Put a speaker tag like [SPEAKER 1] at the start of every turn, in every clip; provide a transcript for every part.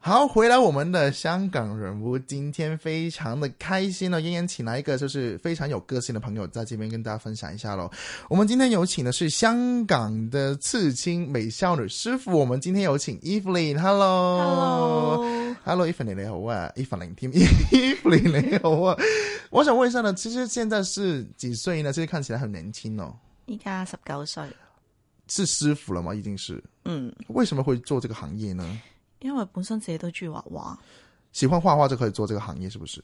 [SPEAKER 1] 好，回来我们的香港人物，今天非常的开心哦，燕燕请来一个就是非常有个性的朋友，在这边跟大家分享一下喽。我们今天有请的是香港的刺青美少女师傅，我们今天有请 Evelyn，Hello。
[SPEAKER 2] Hello，
[SPEAKER 1] Hello，Evelyn 你好啊，Evelyn 添，Evelyn 你好啊。我想问一下呢，其实现在是几岁呢？其实看起来很年轻哦，
[SPEAKER 2] 依家十九歲，
[SPEAKER 1] 是师傅了吗？已经是，
[SPEAKER 2] 嗯，
[SPEAKER 1] 为什么会做这个行业呢？
[SPEAKER 2] 因為本身自己都中意畫畫，
[SPEAKER 1] 喜欢画画就可以做这个行业，是不是？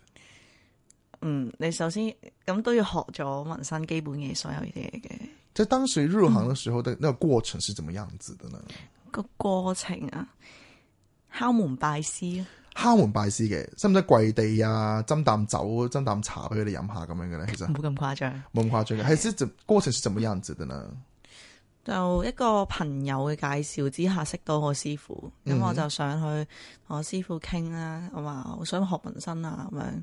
[SPEAKER 2] 嗯，你首先咁都要學咗紋身基本嘅所有嘢嘅
[SPEAKER 1] 在当时入行的时候的那个过程是怎么样子的呢？
[SPEAKER 2] 個過程啊，敲門拜師啊，
[SPEAKER 1] 敲門拜師嘅，使唔使跪地啊？斟啖酒、斟啖茶俾佢哋飲下咁樣嘅咧？ 其實
[SPEAKER 2] 冇咁誇張，
[SPEAKER 1] 冇咁誇張嘅，係是怎過程是怎麼樣子的呢？
[SPEAKER 2] 就一個朋友嘅介紹之下識到我師傅，咁我就上去同我師傅傾啦，我話我想學紋身啊咁樣，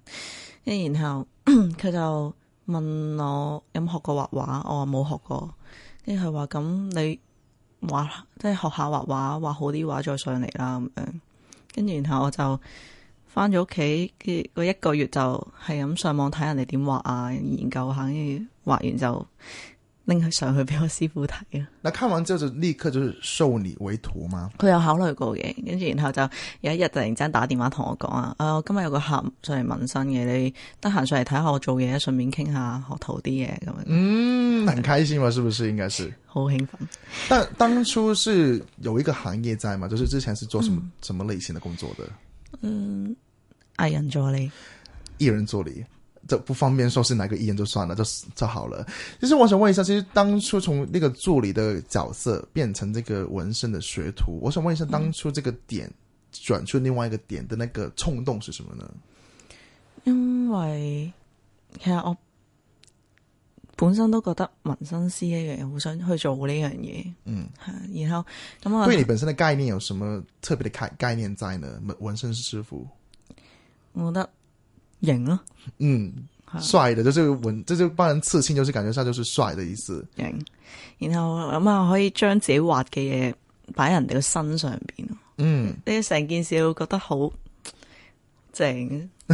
[SPEAKER 2] 跟住然後 佢就問我有冇學過畫畫，我話冇學過，跟住佢話咁你畫即係學下畫畫，畫好啲畫再上嚟啦咁樣，跟住然後我就。翻咗屋企，跟住嗰一個月就係咁上網睇人哋點畫啊，研究下，跟住畫完就拎佢上去俾我師傅睇啊。
[SPEAKER 1] 那看完之後就立刻就是收你為徒嗎？
[SPEAKER 2] 佢有考慮過嘅，跟住然後就有一日突然間打電話同我講啊，啊我今日有個客上嚟紋身嘅，你得閒上嚟睇下我做嘢，順便傾下學徒啲嘢咁樣，
[SPEAKER 1] 嗯，很開心嘛，是不是？應該是。
[SPEAKER 2] 好興奮。
[SPEAKER 1] 但當初是有一個行業在嘛，就是之前是做什麼、什麼類型的工作的？
[SPEAKER 2] 嗯，藝人助理，
[SPEAKER 1] 艺人助理，这不方便说是哪个艺人就算了，就就好了。其实我想问一下，其实当初从那个助理的角色变成这个纹身的学徒，我想问一下，当初这个点、转出另外一个点的那个冲动是什么呢？
[SPEAKER 2] 因為其實我本身都覺得紋身師呢樣嘢好想去做呢樣嘢，
[SPEAKER 1] 嗯，
[SPEAKER 2] 係啊然後咁我
[SPEAKER 1] 对你本身的概念有什么特别的概概念在呢？纹纹身师傅，
[SPEAKER 2] 我覺得型咯，
[SPEAKER 1] 嗯，帅的，就是纹，这就帮人刺青，就是感觉上就是帅的意思。
[SPEAKER 2] 型。然後咁啊，可以將自己畫嘅嘢擺喺人哋個身上邊咯。
[SPEAKER 1] 嗯，
[SPEAKER 2] 你成件事會覺得好正，唔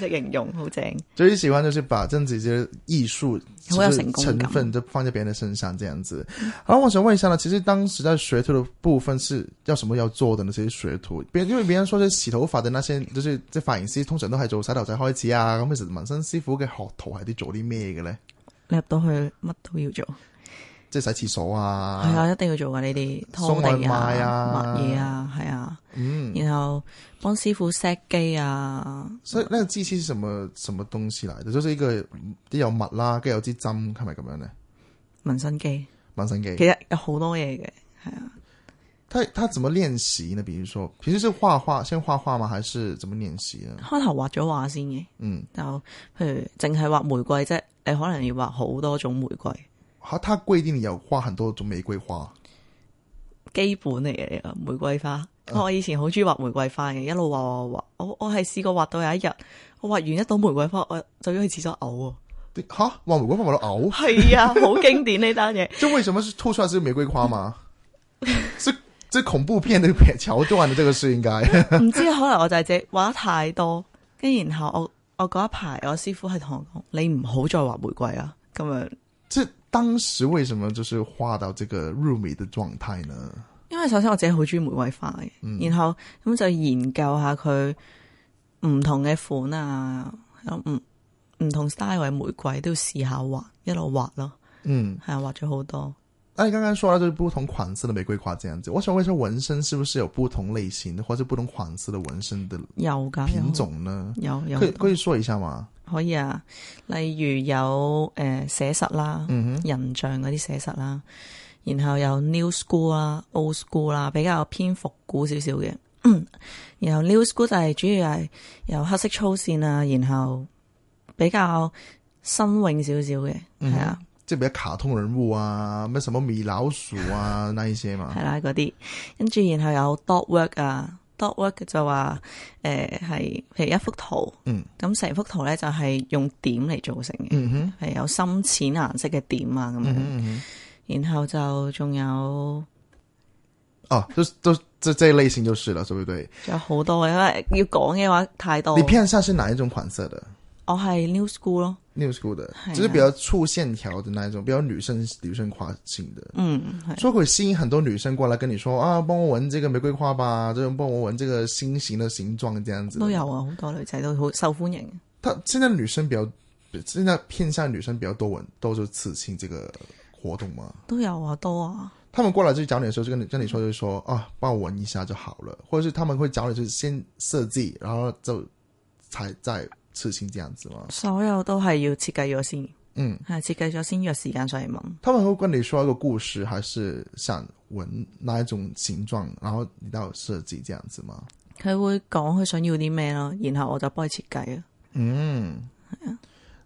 [SPEAKER 2] 識形容，好正。
[SPEAKER 1] 就是喜欢，就是把这样子的艺术
[SPEAKER 2] 好有
[SPEAKER 1] 就是
[SPEAKER 2] 成功
[SPEAKER 1] 成
[SPEAKER 2] 感
[SPEAKER 1] 分就放在别人的身上这样子。然后我想问一下呢，其实当时在学徒的部分是要什么要做的呢？其实学徒，别因为别人说是洗头发的那些，就是即系发型师通常都系做洗头仔开始啊。咁其實紋身師傅嘅學徒係啲做啲咩嘅咧？
[SPEAKER 2] 你入到去乜都要做，係
[SPEAKER 1] 即係洗廁所啊，
[SPEAKER 2] 啊，一定要做噶呢啲拖地
[SPEAKER 1] 送
[SPEAKER 2] 啊
[SPEAKER 1] 外賣、啊
[SPEAKER 2] 抹嘢啊，係啊，
[SPEAKER 1] 嗯，
[SPEAKER 2] 然後幫師傅 set 機啊，
[SPEAKER 1] 所以那個機器是什麼什麼東西嚟？就是一個啲有物啦，跟住有支針，係咪咁樣咧？
[SPEAKER 2] 紋身機，
[SPEAKER 1] 紋身機
[SPEAKER 2] 其。實有好多嘢嘅，係啊。
[SPEAKER 1] 他他怎么练习呢？比如说，平时是画画，先画画吗？还是怎么练习呢？
[SPEAKER 2] 開頭畫咗畫先嘅，
[SPEAKER 1] 嗯，
[SPEAKER 2] 就譬如淨係畫玫瑰啫，你可能要畫好多種玫瑰，
[SPEAKER 1] 他他规定你有画很多种玫瑰花，
[SPEAKER 2] 基本嚟嘅呢個玫瑰花。我以前好中意畫玫瑰花嘅，一路畫畫畫，我我係試過畫到有一日，我畫完一朵玫瑰花，我就要去廁所嘔喎。
[SPEAKER 1] 对哈，哇，玫瑰花我都呕，
[SPEAKER 2] 係啊，好經典呢單嘢。
[SPEAKER 1] 这为什么是吐出来是玫瑰花吗？这这恐怖片的片桥段的这个是应该，
[SPEAKER 2] 唔知可能我就係自己畫得太多，跟住然後我我嗰一排我師傅係同我講：你唔好再畫玫瑰啊！咁樣，
[SPEAKER 1] 这当时为什么就是画到这个入迷的状态呢？
[SPEAKER 2] 因為首先我自己好中意玫瑰花嘅，然後咁就研究下佢唔同嘅款啊，有唔唔同 style 嘅玫瑰都要試下畫，一路畫咯，
[SPEAKER 1] 嗯，
[SPEAKER 2] 係啊，畫咗好多。
[SPEAKER 1] 那你刚刚说到就是不同款式的玫瑰花这样子，我想问一下，纹身是不是有不同类型的或者不同款式的纹身的
[SPEAKER 2] 有噶
[SPEAKER 1] 品種呢？
[SPEAKER 2] 有有
[SPEAKER 1] 可以可以说一下吗？
[SPEAKER 2] 可以啊，例如有诶、呃、寫實啦，
[SPEAKER 1] 嗯
[SPEAKER 2] 人像嗰啲寫實啦，然後有 new school 啦、old school 啦，比較偏復古少少嘅。 然後 new school 就係主要係有黑色粗線啊，然後比較新穎少少嘅，係、
[SPEAKER 1] 嗯
[SPEAKER 2] 啊，
[SPEAKER 1] 即係比較卡通人物啊，咩什麼米老鼠啊那一些嘛。
[SPEAKER 2] 係啦嗰啲。跟住然後有 dot work 啊，dot work 就話誒係譬如一幅圖，
[SPEAKER 1] 嗯
[SPEAKER 2] 咁成幅圖咧就係用點嚟做成嘅。
[SPEAKER 1] 嗯哼，
[SPEAKER 2] 係有深淺顏色嘅點啊咁樣，
[SPEAKER 1] 嗯
[SPEAKER 2] 然後就仲有
[SPEAKER 1] 哦、都都这这一类型就是了，对不对？
[SPEAKER 2] 仲有好多嘅，因為要講嘅話太多
[SPEAKER 1] 你。偏向是哪一种款式的
[SPEAKER 2] 我係 New School 咯，
[SPEAKER 1] ？New School 的
[SPEAKER 2] 哎，呀
[SPEAKER 1] 就是比较粗线条的那一种，比较女生女生化型的，
[SPEAKER 2] 嗯，係
[SPEAKER 1] 说会吸引很多女生过来跟你说啊，帮我闻这个玫瑰花吧，这种帮我闻这个心形的形状这样子。
[SPEAKER 2] 都有啊，好多女仔都好受歡迎。
[SPEAKER 1] 他现在女生比较，现在偏向女生比较多闻，都是刺青这个活动嘛。
[SPEAKER 2] 都有啊，多啊，
[SPEAKER 1] 他们过来就找你的时候，就跟你跟你说，就是说啊，帮我闻一下就好了，或者是他们会找你就是先设计，然后就才再刺青这样子嘛。
[SPEAKER 2] 所有都係要設計咗先，
[SPEAKER 1] 嗯，
[SPEAKER 2] 係設計咗先約時間上嚟問。
[SPEAKER 1] 他们会跟你说一个故事，还是想闻哪一种形状，然后你到设计这样子吗？
[SPEAKER 2] 佢會講佢想要啲咩咯，然後我就幫佢設計啊。
[SPEAKER 1] 嗯，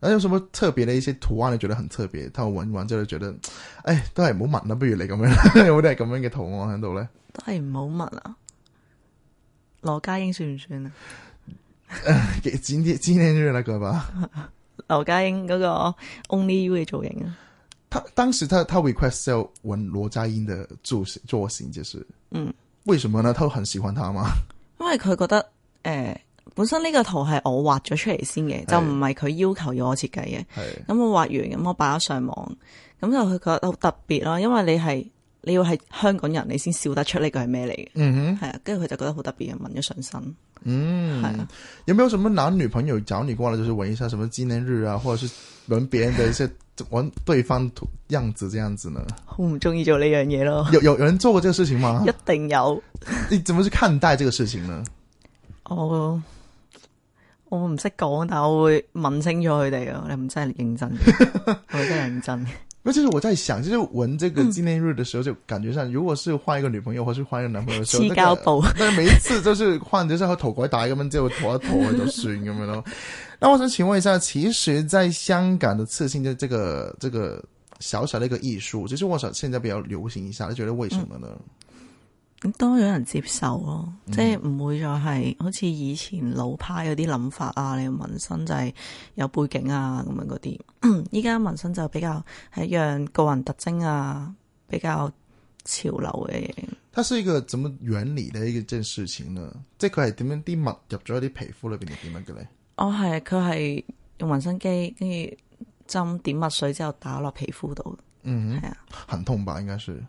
[SPEAKER 1] 那有什么特别的一些图案你觉得很特别？他闻完之後就覺得，唉，都係唔好聞啦，不如你咁樣啦， 有冇啲係咁樣嘅圖案喺度 咧？
[SPEAKER 2] 都係唔好問啊。羅家英算唔算啊？
[SPEAKER 1] 今天今天就是那個吧。
[SPEAKER 2] 羅家英嗰個 Only You 嘅造型啊，
[SPEAKER 1] 他当时他他 request 要闻羅家英的造型造型，就是
[SPEAKER 2] 嗯，
[SPEAKER 1] 為什麼呢？他很喜歡他 嘛。
[SPEAKER 2] 因為佢覺得诶、呃本身呢個圖係我畫咗出嚟先嘅，
[SPEAKER 1] 係
[SPEAKER 2] 就唔係佢要求要我設計嘅。
[SPEAKER 1] 係
[SPEAKER 2] 咁我畫完，咁我擺咗上網，咁就佢覺得好特別咯，因為你係你要係香港人，你先笑得出呢個係咩嚟嘅。
[SPEAKER 1] 嗯哼，
[SPEAKER 2] 係啊，跟住佢就覺得好特別嘅，紋咗上身。係
[SPEAKER 1] 嗯
[SPEAKER 2] 啊，
[SPEAKER 1] 有沒有什麼男女朋友找你過來，就是闻一下什麼紀念日啊，或者是闻別人的一些闻對方圖樣子這樣子呢？
[SPEAKER 2] 好唔中意做呢樣嘢咯，
[SPEAKER 1] 有有有人做過這個事情嗎？
[SPEAKER 2] 一定有。
[SPEAKER 1] 你怎麼去看待這個事情呢？
[SPEAKER 2] 我我唔識講，但我會問清楚佢哋啊。你唔真係認真嘅， 我真係認真嘅。
[SPEAKER 1] 那就是我在想，就是闻这个纪念日的时候，就感觉上，如果是换一个女朋友或是换一个男朋友的时候，
[SPEAKER 2] 黐膠布
[SPEAKER 1] 那个、但每一次就是换，就是要头拐打咁样，之后头一头就算咁样咯。那我想请问一下，其实，在香港的刺青的这个这个小小的一个艺术，就是我想现在比较流行一下，你觉得为什么呢？
[SPEAKER 2] 咁多咗人接受咯，即係唔會再係好似以前老派嗰啲諗法啊，你紋身就係有背景啊咁樣嗰啲。依家紋身就比較係一樣個人特徵啊，比較潮流嘅嘢。
[SPEAKER 1] 它是一个怎么原理的一个件事情呢？即系佢系点样啲物入咗啲皮肤里边定点样嘅咧？
[SPEAKER 2] 我係哦佢係用紋身機，跟住針點墨水之後打落皮膚度，
[SPEAKER 1] 嗯
[SPEAKER 2] 係啊。
[SPEAKER 1] 哼，很痛吧？应该是。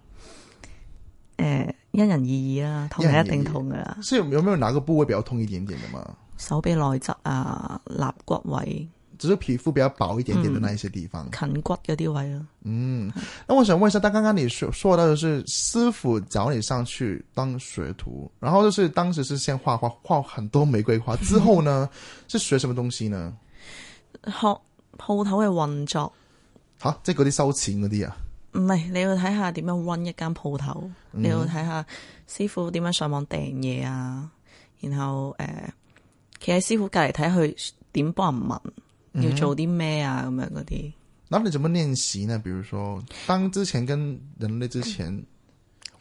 [SPEAKER 2] 诶、因人而異啦，痛係一定痛噶啦，
[SPEAKER 1] 是有有没有哪个部位比较痛一点点的吗？
[SPEAKER 2] 手臂內側啊、肋骨位、
[SPEAKER 1] 只是皮肤比较薄一点点的那一些地方。
[SPEAKER 2] 近骨嗰啲位咯。
[SPEAKER 1] 嗯，那我想问一下，但刚刚你说说到的是师傅找你上去当学徒，然后就是当时是先画画，画很多玫瑰花，之后呢是学什么东西呢？
[SPEAKER 2] 學鋪頭嘅運作，
[SPEAKER 1] 吓、即系嗰啲收钱嗰啲啊？
[SPEAKER 2] 唔係你要睇下點樣 run 一間鋪頭，你要睇下師傅點樣上網訂嘢啊，然後诶，企、喺師傅隔離睇佢點幫人紋，要做啲咩啊咁樣嗰啲。
[SPEAKER 1] 然后你怎么练习呢？比如说，当之前跟人类之前，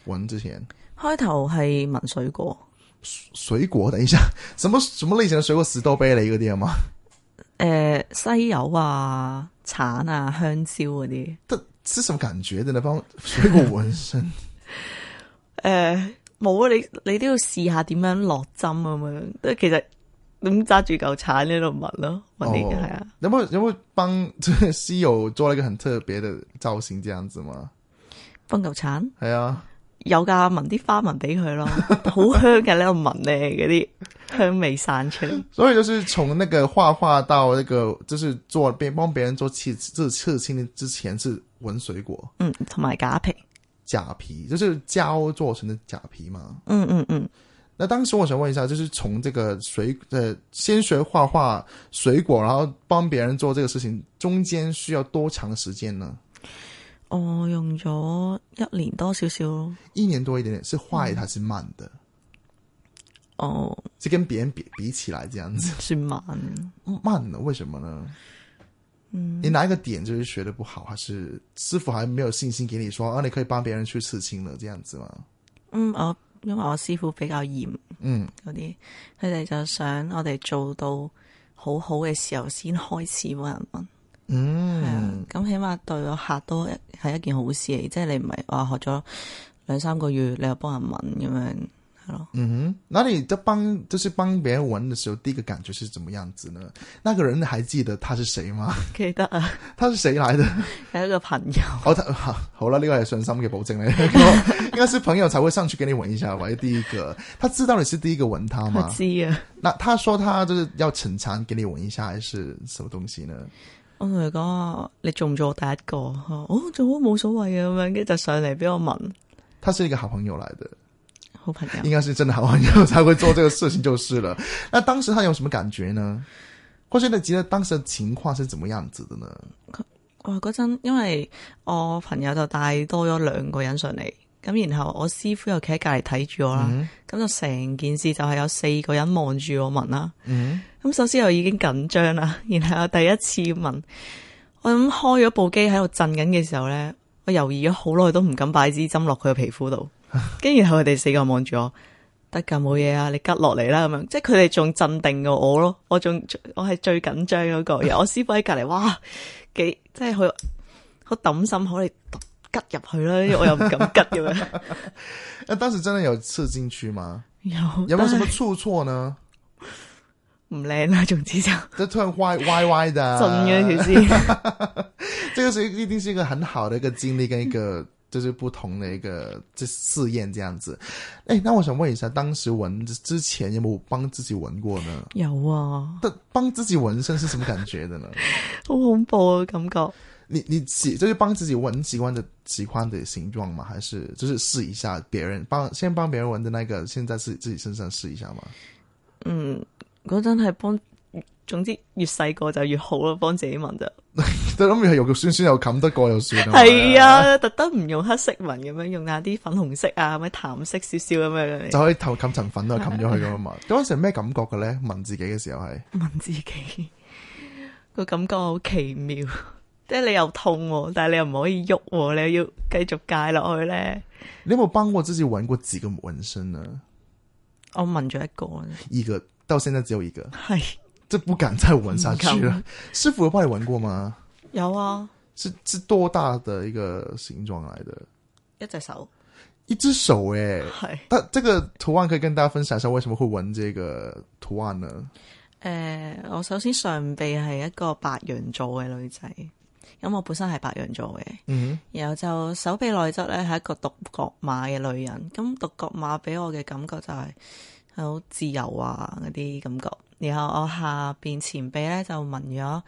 [SPEAKER 1] 闻之前，
[SPEAKER 2] 開頭係紋水果，
[SPEAKER 1] 水果等一下， 什么什么类型的水果？石头杯嚟嗰啲啊嘛？
[SPEAKER 2] 诶、呃西柚啊、橙啊、香蕉嗰啲。
[SPEAKER 1] 这是什么感觉的呢？帮水果纹身。
[SPEAKER 2] 诶，冇啊！你你都要試下點樣落針咁樣，即係其實咁揸住嚿鏟喺度紋咯，紋啲
[SPEAKER 1] 哦
[SPEAKER 2] 係啊，
[SPEAKER 1] 有没有有没有帮这个西友做了一个很特别的造型这样子吗？
[SPEAKER 2] 分嚿鏟
[SPEAKER 1] 系啊，
[SPEAKER 2] 有㗎，紋啲花紋俾 佢咯，好香嘅呢度紋咧，嗰啲香味散出嚟。
[SPEAKER 1] 所以就是从那个画画到那个就是做别帮别人做刺刺刺青之前是纹水果
[SPEAKER 2] 嗯，同埋假皮，
[SPEAKER 1] 假皮，就是胶做成的假皮嘛。
[SPEAKER 2] 嗯嗯嗯，
[SPEAKER 1] 那当时我想问一下，就是从这个水呃先学画画水果，然后帮别人做这个事情，中间需要多长时间呢？
[SPEAKER 2] 我用咗一年多少少咯，
[SPEAKER 1] 一年多一点点，是快还是慢的？
[SPEAKER 2] 哦，
[SPEAKER 1] 是跟别人比比起来这样子。
[SPEAKER 2] 算慢。
[SPEAKER 1] 慢了，为什么呢？嗯，你哪一个点就是学的不好，还是师傅还没有信心给你说啊？你可以帮别人去刺青了，这样子吗？
[SPEAKER 2] 嗯，我因為我師傅比較嚴
[SPEAKER 1] 嗯，
[SPEAKER 2] 嗰啲，佢哋就想我哋做到好好嘅時候先開始幫人紋。係啊
[SPEAKER 1] 嗯，
[SPEAKER 2] 咁起碼對個客都係一件好事嚟，即係你唔係話學咗兩三個月，你又幫人問咁樣，係咯。
[SPEAKER 1] 嗯哼，那你在帮就是帮别人闻的时候，第一个感觉是怎么样子呢？那个人还记得他是谁吗？
[SPEAKER 2] 記得啊，
[SPEAKER 1] 他是谁 来的？
[SPEAKER 2] 有一個朋友，
[SPEAKER 1] 我睇吓好啦，呢个系信心嘅保证嚟， 應該是朋友才会上去给你闻一下吧。第一个，他知道你是第一个闻他
[SPEAKER 2] 我
[SPEAKER 1] 吗？
[SPEAKER 2] 知啊，
[SPEAKER 1] 那他说他就是要逞强给你闻一下，还是什么东西呢？
[SPEAKER 2] 我同佢講啊，你做唔做我第一個？佢話哦，做好冇所謂啊，咁樣跟住就上嚟俾我聞，
[SPEAKER 1] 他是一个好朋友来的，
[SPEAKER 2] 好朋友
[SPEAKER 1] 应。该是真的好朋友才会做这个事情就是了。 那当时他有什么感觉呢？或是你觉得当时的情况是怎么样子的呢？
[SPEAKER 2] 哇！哦嗰陣因為我朋友就帶多咗兩個人上嚟，咁然後我師傅又企喺隔離睇住我啦，咁、就成件事就係有四個人望住我問啦。
[SPEAKER 1] 嗯，
[SPEAKER 2] 咁首先我已經緊張啦， 然後我第一次問，我咁開咗部機喺度震緊嘅時候咧，我猶豫咗好耐都唔敢擺支針落佢嘅皮膚度，跟住然後佢哋四個望住我。得㗎，冇嘢啊！你吉落嚟啦，咁樣，即係佢哋仲鎮定過我咯，我仲我係最緊張嗰、個，而我師傅喺隔離，哇，幾即係佢好抌心口，你吉入去啦，因為我又唔敢吉咁樣。
[SPEAKER 1] 那当时真的有刺进去吗？
[SPEAKER 2] 有
[SPEAKER 1] 有没有什么
[SPEAKER 2] 但
[SPEAKER 1] 触错呢？
[SPEAKER 2] 係唔靚啦？總之就
[SPEAKER 1] 这突然歪歪歪的、啊
[SPEAKER 2] 震咗條先。
[SPEAKER 1] 这个是一定是一个很好的一个经历跟一个 就是不同的一个这试验这样子。哎，那我想问一下，当时纹之前有没有帮自己纹过呢？
[SPEAKER 2] 有啊，
[SPEAKER 1] 但帮自己纹身是什么感觉的呢？
[SPEAKER 2] 好恐怖啊感覺。
[SPEAKER 1] 你你喜就是帮自己纹喜欢的喜欢的形状吗？还是就是试一下别人帮先帮别人纹的那个，现在是自己身上试一下吗？
[SPEAKER 2] 嗯，嗰陣係幫，總之越細個就越好咯，幫自己紋就
[SPEAKER 1] 都谂住系肉肉酸酸又冚得過又算啊
[SPEAKER 2] 係，啊，特登唔用黑色紋咁樣，用下啲粉紅色啊，咩淡色少少咁樣
[SPEAKER 1] 就
[SPEAKER 2] 嚟
[SPEAKER 1] 可以頭冚層粉都係冚咗佢咁啊嘛。嗰陣時係咩感覺嘅咧？紋自己嘅時候係。
[SPEAKER 2] 紋自己，個感覺好奇妙。即係你又痛喎、但係你又唔可以喐喎、你又要繼續戒落去咧。
[SPEAKER 1] 你有冇帮过自己纹过几个纹身呢？
[SPEAKER 2] 我紋咗一個啫，
[SPEAKER 1] 一个到现在只有一个，
[SPEAKER 2] 係
[SPEAKER 1] 这不敢再纹下去
[SPEAKER 2] 不
[SPEAKER 1] 了。师傅有帮你纹过吗？
[SPEAKER 2] 有啊，
[SPEAKER 1] 是是多大的一个形状来的？
[SPEAKER 2] 一隻手
[SPEAKER 1] 一只手诶、
[SPEAKER 2] 係
[SPEAKER 1] 但这个图案可以跟大家分享一下为什么会纹这个图案呢？
[SPEAKER 2] 诶、誒我首先上臂係一個白羊座嘅女仔，咁我本身係白羊座嘅。
[SPEAKER 1] 嗯
[SPEAKER 2] 然後就手臂內側咧係一個獨角馬嘅女人，咁獨角馬俾我嘅感覺就係係好自由啊嗰啲感覺。然後我下邊前臂咧就紋咗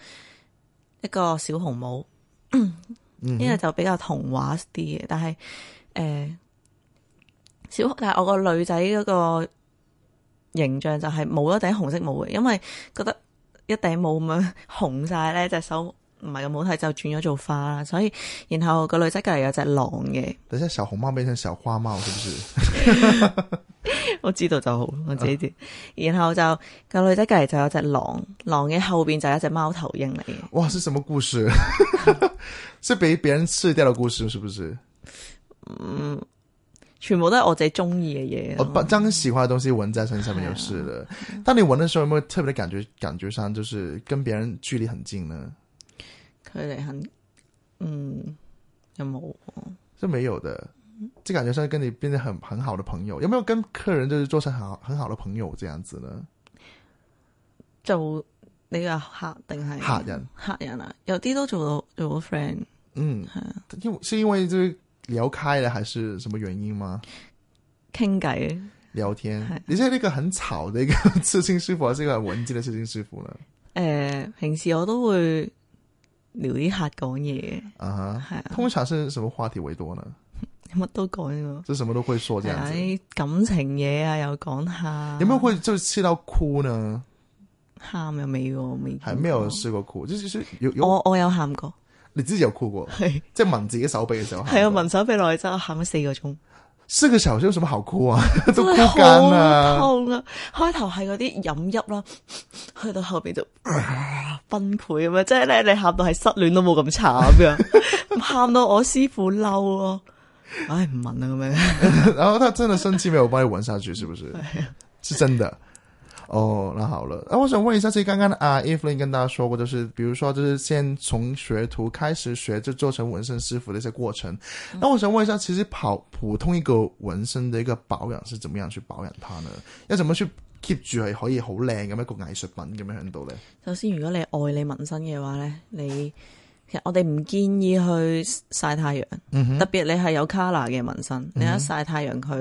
[SPEAKER 2] 一個小紅帽，
[SPEAKER 1] 嗯
[SPEAKER 2] 呢個就比較童話啲嘅，但係誒、呃小，但係我個女仔嗰個形象就係冇咗頂紅色帽嘅，因為覺得一頂帽咁樣紅晒咧隻手。唔係咁好睇，就轉咗做花啦。所以，然後個女仔隔離有隻狼 嘅，
[SPEAKER 1] 等一下，小红帽变成小花帽是不是？
[SPEAKER 2] 我知道就好，我自己
[SPEAKER 1] 啊
[SPEAKER 2] 知。然後就個女仔隔離就有隻狼，狼嘅後邊就有一隻貓頭鷹嚟嘅。
[SPEAKER 1] 哇，是什么故事？ 是被别人吃掉的故事是不是？
[SPEAKER 2] 全部都係我自己中意嘅嘢
[SPEAKER 1] 嗯我
[SPEAKER 2] 咯。
[SPEAKER 1] 哦把将喜欢的东西纹在身上面就是了。当你纹的时候，有没有特别的感觉？感觉上就是跟别人距离很近呢？
[SPEAKER 2] 距離很，嗯，有冇？
[SPEAKER 1] 是没有的，这感觉上跟你变得很很好的朋友。有没有跟客人就是做成很好很好的朋友这样子呢？
[SPEAKER 2] 做你個客定係
[SPEAKER 1] 客人，
[SPEAKER 2] 客人啊，有啲都做到做到 friend，
[SPEAKER 1] 嗯，因为是因为就是聊开了还是什么原因吗？
[SPEAKER 2] 傾偈
[SPEAKER 1] 聊天
[SPEAKER 2] 是，
[SPEAKER 1] 你现在那个很吵的一个 刺青师傅，还是一个很文静的刺青师傅呢？
[SPEAKER 2] 誒，平時我都會撩啲客講嘢
[SPEAKER 1] 啊哈，
[SPEAKER 2] 係啊，
[SPEAKER 1] 通常是什么话题为多呢？
[SPEAKER 2] 乜都講喎，
[SPEAKER 1] 就什么都会说这
[SPEAKER 2] 係
[SPEAKER 1] 样
[SPEAKER 2] 啊
[SPEAKER 1] 子。
[SPEAKER 2] 啲感情嘢啊，又講下。
[SPEAKER 1] 有没有会就气到哭呢？
[SPEAKER 2] 喊又未喎？未見過
[SPEAKER 1] 还没有试过哭，就是就是有有哦
[SPEAKER 2] 我我有喊過，
[SPEAKER 1] 你自己有哭过，
[SPEAKER 2] 係
[SPEAKER 1] 即系吻自己手臂嘅时候喊過，
[SPEAKER 2] 係啊，文手臂內側，我喊咗四個鐘，
[SPEAKER 1] 四个小时有什么好哭啊？ 都
[SPEAKER 2] 真
[SPEAKER 1] 哭
[SPEAKER 2] 係
[SPEAKER 1] 干
[SPEAKER 2] 好
[SPEAKER 1] 啦，
[SPEAKER 2] 痛啊！開頭係嗰啲飲泣啦，去到後邊就 崩潰咁樣，即係咧你喊到係失戀都冇咁慘嘅，喊到我師傅嬲咯。唉，唔問啦咁 樣，
[SPEAKER 1] 然后他真的生气没有帮你吻下去，是不是？是真的。哦，那好了。那、我想问一下，其实刚刚啊，Evelyn 跟大家说过，就是比如说，就是先从学徒开始学，就做成纹身师傅的一些过程。那我想问一下，其实跑普通一个纹身的一个保養是怎麼樣去保養它呢？要怎麼去 keep 住係可以好靚咁一個藝術品咁樣喺度咧？
[SPEAKER 2] 首先，如果你愛你紋身嘅話咧，你其實我哋唔建議去曬太陽，特別你係有 colour 嘅紋身，你一曬太陽佢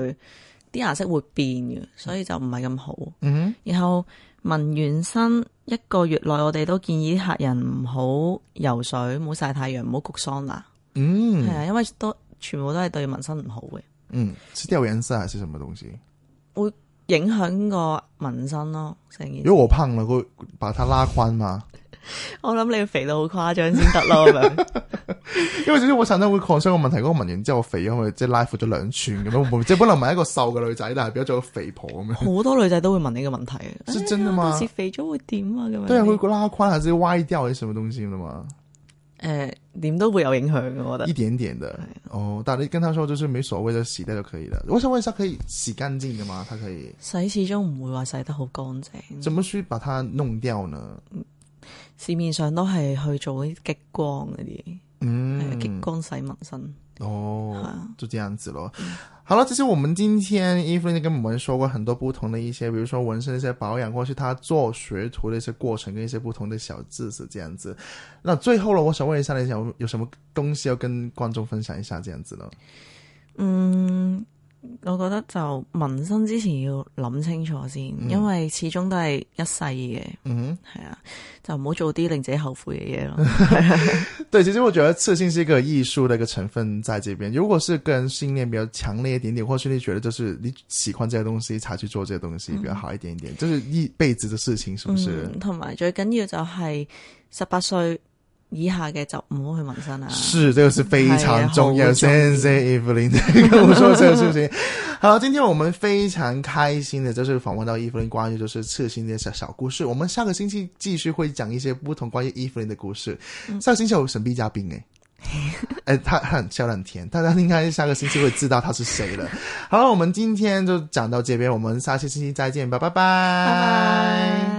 [SPEAKER 2] 啲顏色會變嘅，所以就唔係咁好。
[SPEAKER 1] 嗯
[SPEAKER 2] 然後紋完身一個月內，我哋都建議啲客人唔好游水，唔好曬太陽，唔好焗桑拿，
[SPEAKER 1] 哼，嗯
[SPEAKER 2] 係啊、因為都全部都係對紋身唔好嘅，
[SPEAKER 1] 嗯，是掉顏色還是什麼東西？
[SPEAKER 2] 影響個紋身咯，成件事。
[SPEAKER 1] 如果我胖了，會把它拉寬嗎？
[SPEAKER 2] 我諗你要肥到好誇張先得咯，咁樣
[SPEAKER 1] 因為其實我產生會擴張個問題，嗰、個紋完之後肥咗，咪即係拉闊咗兩寸咁樣，會唔會即係本來唔係一個瘦嘅女仔，但係變咗做個肥婆咁 樣？
[SPEAKER 2] 好多女仔都會問呢個問題 嘅。
[SPEAKER 1] 是真的
[SPEAKER 2] 哎呀
[SPEAKER 1] 嗎
[SPEAKER 2] 到時肥咗會點啊？咁樣
[SPEAKER 1] 對啊，會拉寬還是歪掉還是什麼東西的嘛？
[SPEAKER 2] 誒點都會有影響嘅，我覺
[SPEAKER 1] 一
[SPEAKER 2] 得。
[SPEAKER 1] 點點的哦，但你跟他說就是沒所謂的，洗掉就可以了。我想問一下，可以洗乾淨的嗎？它可以
[SPEAKER 2] 洗始終唔會話洗得好乾淨，
[SPEAKER 1] 怎麼去把它弄掉呢？
[SPEAKER 2] 市面上都係去做啲激光嗰啲，
[SPEAKER 1] 嗯
[SPEAKER 2] 誒，激光洗紋身。
[SPEAKER 1] 哦
[SPEAKER 2] 啊，
[SPEAKER 1] 就这样子咯。好了，其实我们今天 Evelyn 跟我们说过很多不同的一些，比如说纹身的一些保养，或是他做学徒的一些过程，跟一些不同的小知识这样子。那最后呢，我想问一下，你想有什么东西要跟观众分享一下这样子呢？
[SPEAKER 2] 嗯，我覺得就紋身之前要諗清楚先，因為始終都係一世嘅，
[SPEAKER 1] 嗯
[SPEAKER 2] 係啊，就唔好做啲令自己後悔嘅嘢咯。
[SPEAKER 1] 哼，对，其实我觉得刺青是一个艺术的一个成分在这边。如果是个人信念比较强烈一点点，或是你觉得就是你喜欢这些东西才去做这些东西比较好一点点，这是一辈子的事情，是不 是？
[SPEAKER 2] 嗯，同埋最緊要就係十八歲以下嘅就唔好去紋身啊啦。
[SPEAKER 1] 是，这个是非常重要。
[SPEAKER 2] 哎呀好嗯重要
[SPEAKER 1] 谢谢 Evelyn 跟我说这个事情。好，今天我们非常开心的，就是访问到 Evelyn 关于就是刺青的小小故事。我们下个星期继续会讲一些不同关于 Evelyn 的故事。下个星期有神秘嘉宾哎。 哎，他他很笑得很甜，大家应该下个星期会知道他是谁了。好了，我们今天就讲到这边，我们下期星期再见吧，拜拜
[SPEAKER 2] 拜拜。